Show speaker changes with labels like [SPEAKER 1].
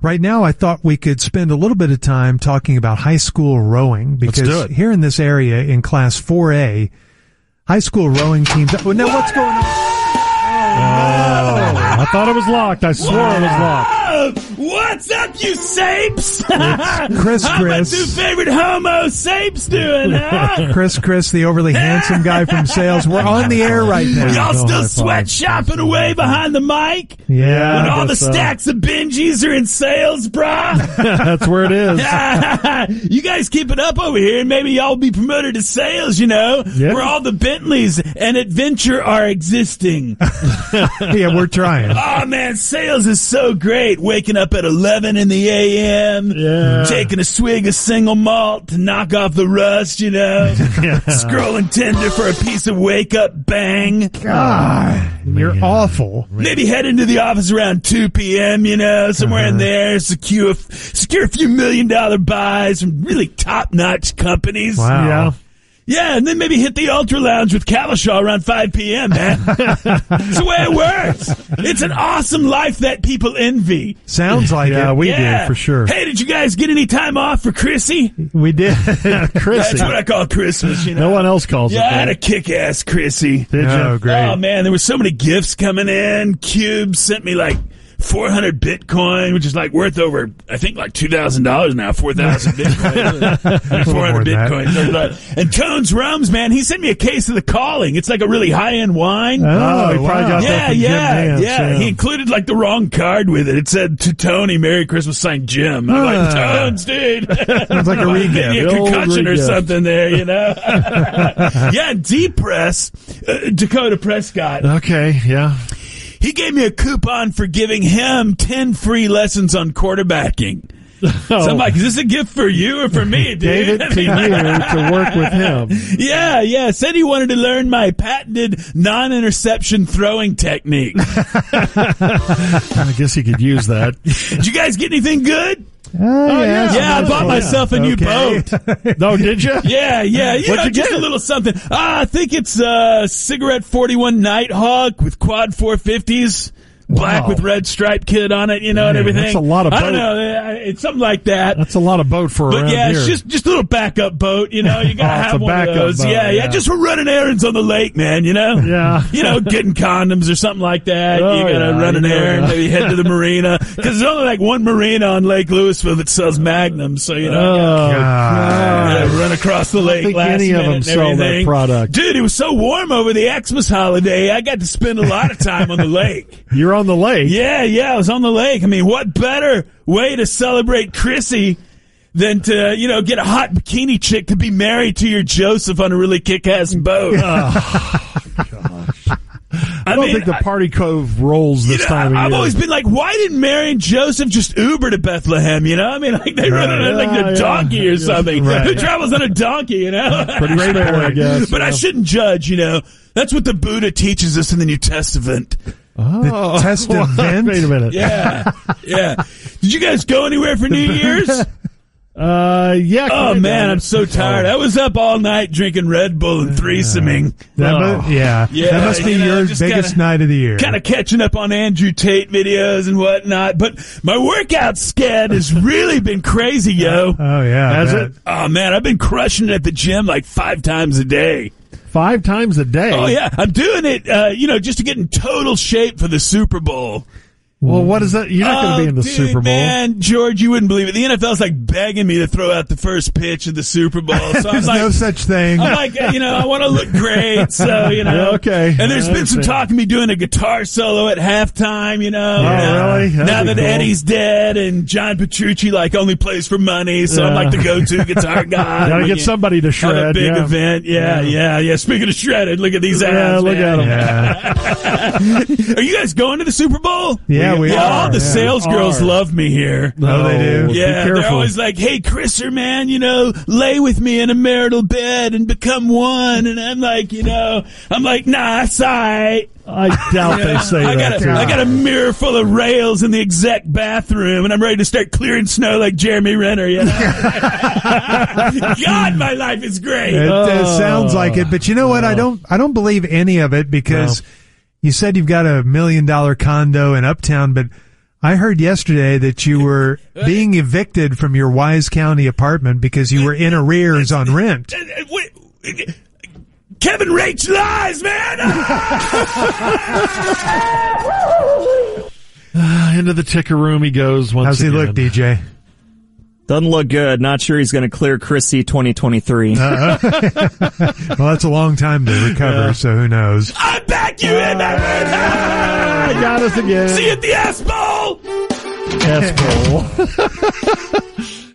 [SPEAKER 1] Right now, I thought we could spend a little bit of time talking about high school rowing
[SPEAKER 2] do
[SPEAKER 1] because
[SPEAKER 2] it.
[SPEAKER 1] here in this area in class 4A, high school rowing teams. Oh, Now, what's going on?
[SPEAKER 2] I thought it was locked. I swore it was locked.
[SPEAKER 3] Oh, what's up, you sapes?
[SPEAKER 1] Chris,
[SPEAKER 3] How my
[SPEAKER 1] Chris.
[SPEAKER 3] two favorite homo sapes doing, huh?
[SPEAKER 1] Chris, Chris, the overly handsome guy from sales. We're on the air right now.
[SPEAKER 2] no
[SPEAKER 3] Y'all still
[SPEAKER 2] high fives.
[SPEAKER 3] sweatshopping away behind the mic?
[SPEAKER 1] Yeah.
[SPEAKER 3] When
[SPEAKER 2] I
[SPEAKER 3] all the
[SPEAKER 2] guess so.
[SPEAKER 3] stacks of Benjis are in sales, bruh?
[SPEAKER 2] That's where it is.
[SPEAKER 3] you guys keep it up over here, and maybe y'all will be promoted to sales, you know?
[SPEAKER 2] Yeah.
[SPEAKER 3] Where all the Bentleys and Adventure are existing.
[SPEAKER 1] Yeah, we're trying.
[SPEAKER 3] Oh man, sales is so great. Waking up at 11 in the AM,
[SPEAKER 2] Yeah.
[SPEAKER 3] taking a swig of single malt to knock off the rust, you know, scrolling Tinder for a piece of wake up bang.
[SPEAKER 1] God, you're awful.
[SPEAKER 3] Maybe head into the office around 2 p.m., you know, somewhere in there, secure, secure a few million dollar buys from really top notch companies.
[SPEAKER 1] Wow.
[SPEAKER 2] Yeah.
[SPEAKER 3] Yeah, and then maybe hit the Ultra Lounge with Calishaw around 5 p.m., man. It's the way it works. It's an awesome life that people envy.
[SPEAKER 1] Sounds like
[SPEAKER 2] Yeah,
[SPEAKER 1] it.
[SPEAKER 2] we
[SPEAKER 3] yeah.
[SPEAKER 2] did for sure.
[SPEAKER 3] Hey, did you guys get any time off for Chrissy?
[SPEAKER 1] we did.
[SPEAKER 3] That's
[SPEAKER 2] Chrissy.
[SPEAKER 3] what I call Christmas, you know.
[SPEAKER 2] No one else calls
[SPEAKER 3] yeah, I had a
[SPEAKER 2] it.
[SPEAKER 3] kick ass Chrissy.
[SPEAKER 2] that. Did
[SPEAKER 1] Oh,
[SPEAKER 2] you?
[SPEAKER 1] great.
[SPEAKER 3] Oh man, there were so many gifts coming in. Cube sent me like 400 Bitcoin, which is like worth over, I think like $2,000 now, 4,000 Bitcoin. Like,
[SPEAKER 1] more
[SPEAKER 3] 400
[SPEAKER 1] than that.
[SPEAKER 3] Bitcoin. So, but- And Tones Rums, man, he sent me a case of the calling. It's like a really high end wine.
[SPEAKER 2] Oh, he
[SPEAKER 1] Oh,
[SPEAKER 2] probably
[SPEAKER 1] wow.
[SPEAKER 2] got that
[SPEAKER 3] yeah,
[SPEAKER 2] from Jim
[SPEAKER 3] yeah,
[SPEAKER 2] Nance,
[SPEAKER 3] yeah. He included like the wrong card with it. It said to Tony, "Merry Christmas, Saint Jim." I'm
[SPEAKER 1] Ah.
[SPEAKER 3] like, Tones, dude. Sounds
[SPEAKER 1] like a re-gift.
[SPEAKER 3] A
[SPEAKER 2] Old
[SPEAKER 3] concussion or
[SPEAKER 2] re-gift.
[SPEAKER 3] something there, you know? yeah, D Press, uh, Dakota Prescott.
[SPEAKER 2] Okay, yeah.
[SPEAKER 3] He gave me a coupon for giving him ten free lessons on quarterbacking. So I'm like, is this a gift for you or for me, dude?
[SPEAKER 2] Oh, gave it
[SPEAKER 3] I
[SPEAKER 2] to you
[SPEAKER 3] mean,
[SPEAKER 2] to work with him.
[SPEAKER 3] yeah, yeah. Said he wanted to learn my patented non-interception throwing technique.
[SPEAKER 2] I guess he could use that.
[SPEAKER 3] Did you guys get anything good?
[SPEAKER 2] Oh, yeah.
[SPEAKER 3] Oh, Yeah, I bought myself a new
[SPEAKER 1] Okay.
[SPEAKER 3] boat.
[SPEAKER 2] No, Oh, did you?
[SPEAKER 3] Yeah, yeah, you
[SPEAKER 2] What'd
[SPEAKER 3] know,
[SPEAKER 2] you
[SPEAKER 3] just
[SPEAKER 2] get?
[SPEAKER 3] a little something. Ah, I think it's uh, cigarette forty-one Nighthawk with quad four fifties, black
[SPEAKER 2] Wow.
[SPEAKER 3] with red stripe kid on it, you know, and
[SPEAKER 2] Man,
[SPEAKER 3] everything.
[SPEAKER 2] that's a lot of
[SPEAKER 3] I don't
[SPEAKER 2] boat.
[SPEAKER 3] know, uh, it's something like that.
[SPEAKER 2] That's a lot of boat for
[SPEAKER 3] but
[SPEAKER 2] around
[SPEAKER 3] yeah,
[SPEAKER 2] here.
[SPEAKER 3] it's just just a little backup boat, you know. You gotta
[SPEAKER 2] Oh, it's
[SPEAKER 3] have
[SPEAKER 2] a
[SPEAKER 3] one
[SPEAKER 2] backup
[SPEAKER 3] of those.
[SPEAKER 2] boat,
[SPEAKER 3] yeah, yeah,
[SPEAKER 2] yeah.
[SPEAKER 3] just for running errands on the lake, man. You know.
[SPEAKER 2] Yeah.
[SPEAKER 3] You know, getting condoms or something like that.
[SPEAKER 2] Oh,
[SPEAKER 3] you gotta
[SPEAKER 2] yeah,
[SPEAKER 3] run an
[SPEAKER 2] you know,
[SPEAKER 3] errand,
[SPEAKER 2] yeah.
[SPEAKER 3] maybe head to the marina because there's only like one marina on Lake Louisville that sells magnums. So you know. you gotta-
[SPEAKER 2] Oh,
[SPEAKER 1] God.
[SPEAKER 3] yeah, run across the lake
[SPEAKER 2] think
[SPEAKER 3] last
[SPEAKER 2] any of
[SPEAKER 3] minute
[SPEAKER 2] them
[SPEAKER 3] and
[SPEAKER 2] sell that
[SPEAKER 3] everything.
[SPEAKER 2] product.
[SPEAKER 3] Dude, it was so warm over the Xmas holiday. I got to spend a lot of time on the lake.
[SPEAKER 2] You're on the lake.
[SPEAKER 3] Yeah, yeah, I was on the lake. I mean, what better way to celebrate Chrissy than to, you know, get a hot bikini chick to be married to your Joseph on a really kick-ass boat.
[SPEAKER 2] I don't think the Party Cove rolls this
[SPEAKER 3] you know,
[SPEAKER 2] time of
[SPEAKER 3] I- I've
[SPEAKER 2] year.
[SPEAKER 3] always been like, why didn't Mary and Joseph just Uber to Bethlehem? You know, I mean, like they run on like
[SPEAKER 2] Yeah,
[SPEAKER 3] a
[SPEAKER 2] yeah.
[SPEAKER 3] donkey or something.
[SPEAKER 2] Right.
[SPEAKER 3] Who travels on a donkey? You know,
[SPEAKER 2] Pretty Great fair, I point. guess,
[SPEAKER 3] But I
[SPEAKER 2] yeah.
[SPEAKER 3] shouldn't judge. You know, that's what the Buddha teaches us in the New Testament.
[SPEAKER 2] oh,
[SPEAKER 1] test
[SPEAKER 2] what?
[SPEAKER 1] event?
[SPEAKER 2] Wait a minute.
[SPEAKER 3] Yeah, yeah. Did you guys go anywhere for New Year's?
[SPEAKER 2] Uh, yeah. Oh,
[SPEAKER 3] Oh
[SPEAKER 2] kinda.
[SPEAKER 3] man, I'm so tired. I was up all night drinking Red Bull and threesoming.
[SPEAKER 1] That
[SPEAKER 2] Oh.
[SPEAKER 1] mu- yeah.
[SPEAKER 3] Yeah,
[SPEAKER 1] That must be
[SPEAKER 3] you know,
[SPEAKER 1] your
[SPEAKER 3] just
[SPEAKER 1] biggest
[SPEAKER 3] kinda-
[SPEAKER 1] night of the year.
[SPEAKER 3] kind of catching up on Andrew Tate videos and whatnot. But my workout scad has really been crazy, yo.
[SPEAKER 1] oh yeah.
[SPEAKER 2] Has
[SPEAKER 1] that-
[SPEAKER 2] it?
[SPEAKER 3] Oh man, I've been crushing it at the gym like five times a day.
[SPEAKER 2] Five times a day.
[SPEAKER 3] Oh yeah, I'm doing it, uh, you know, just to get in total shape for the Super Bowl.
[SPEAKER 2] Well, what is that? You're not going to be in the
[SPEAKER 3] Oh, dude,
[SPEAKER 2] Super Bowl.
[SPEAKER 3] man, George. You wouldn't believe it. The NFL's like begging me to throw out the first pitch of the Super Bowl. So I'm
[SPEAKER 1] There's
[SPEAKER 3] like,
[SPEAKER 1] no such thing.
[SPEAKER 3] I'm like, uh, you know, I want to look great, so you know,
[SPEAKER 2] Yeah, okay.
[SPEAKER 3] And there's
[SPEAKER 2] I
[SPEAKER 3] been some
[SPEAKER 2] understand.
[SPEAKER 3] talk of me doing a guitar solo at halftime, you know.
[SPEAKER 2] Oh, really? That'd
[SPEAKER 3] now
[SPEAKER 2] be
[SPEAKER 3] that
[SPEAKER 2] cool.
[SPEAKER 3] Eddie's dead and John Petrucci like only plays for money, so I'm
[SPEAKER 2] Yeah.
[SPEAKER 3] like the go-to guitar guy.
[SPEAKER 2] Gotta
[SPEAKER 3] when
[SPEAKER 2] get
[SPEAKER 3] you-
[SPEAKER 2] somebody to shred.
[SPEAKER 3] on a big
[SPEAKER 2] yeah.
[SPEAKER 3] event, yeah, yeah, yeah, Speaking of shredded, look at these ads.
[SPEAKER 2] Yeah, look
[SPEAKER 3] man.
[SPEAKER 2] at him.
[SPEAKER 1] yeah.
[SPEAKER 3] Are you guys going to the Super Bowl?
[SPEAKER 1] Yeah, we
[SPEAKER 3] yeah,
[SPEAKER 1] are,
[SPEAKER 3] All the
[SPEAKER 1] yeah.
[SPEAKER 3] sales girls
[SPEAKER 2] Are.
[SPEAKER 3] love me here.
[SPEAKER 1] Oh, they do?
[SPEAKER 2] Be
[SPEAKER 3] Yeah, they're
[SPEAKER 2] careful.
[SPEAKER 3] always like, "Hey, Chriser, man, you know, lay with me in a marital bed and become one." And I'm like, you know, I'm like, "Nah, it's alright."
[SPEAKER 2] I doubt they say
[SPEAKER 3] I
[SPEAKER 2] that.
[SPEAKER 3] got a, I got a mirror full of rails in the exact bathroom, and I'm ready to start clearing snow like Jeremy Renner. You know? God, my life is great.
[SPEAKER 1] It, uh, sounds like it, but you know what? I don't. I don't believe any of it because you said you've got a million dollar condo in Uptown, but I heard yesterday that you were being evicted from your Wise County apartment because you were in arrears on rent.
[SPEAKER 3] And- and wait, Kevin Rach lies, man.
[SPEAKER 2] Into the ticker room he goes once
[SPEAKER 1] How's he
[SPEAKER 2] again.
[SPEAKER 1] look, DJ?
[SPEAKER 4] Doesn't look good. Not sure he's going to clear Chrissy 2023.
[SPEAKER 1] Well, that's a long time to recover, so who knows?
[SPEAKER 3] I back you in. I win.
[SPEAKER 2] I got us again.
[SPEAKER 3] See you at the S Bowl.
[SPEAKER 2] Asshole.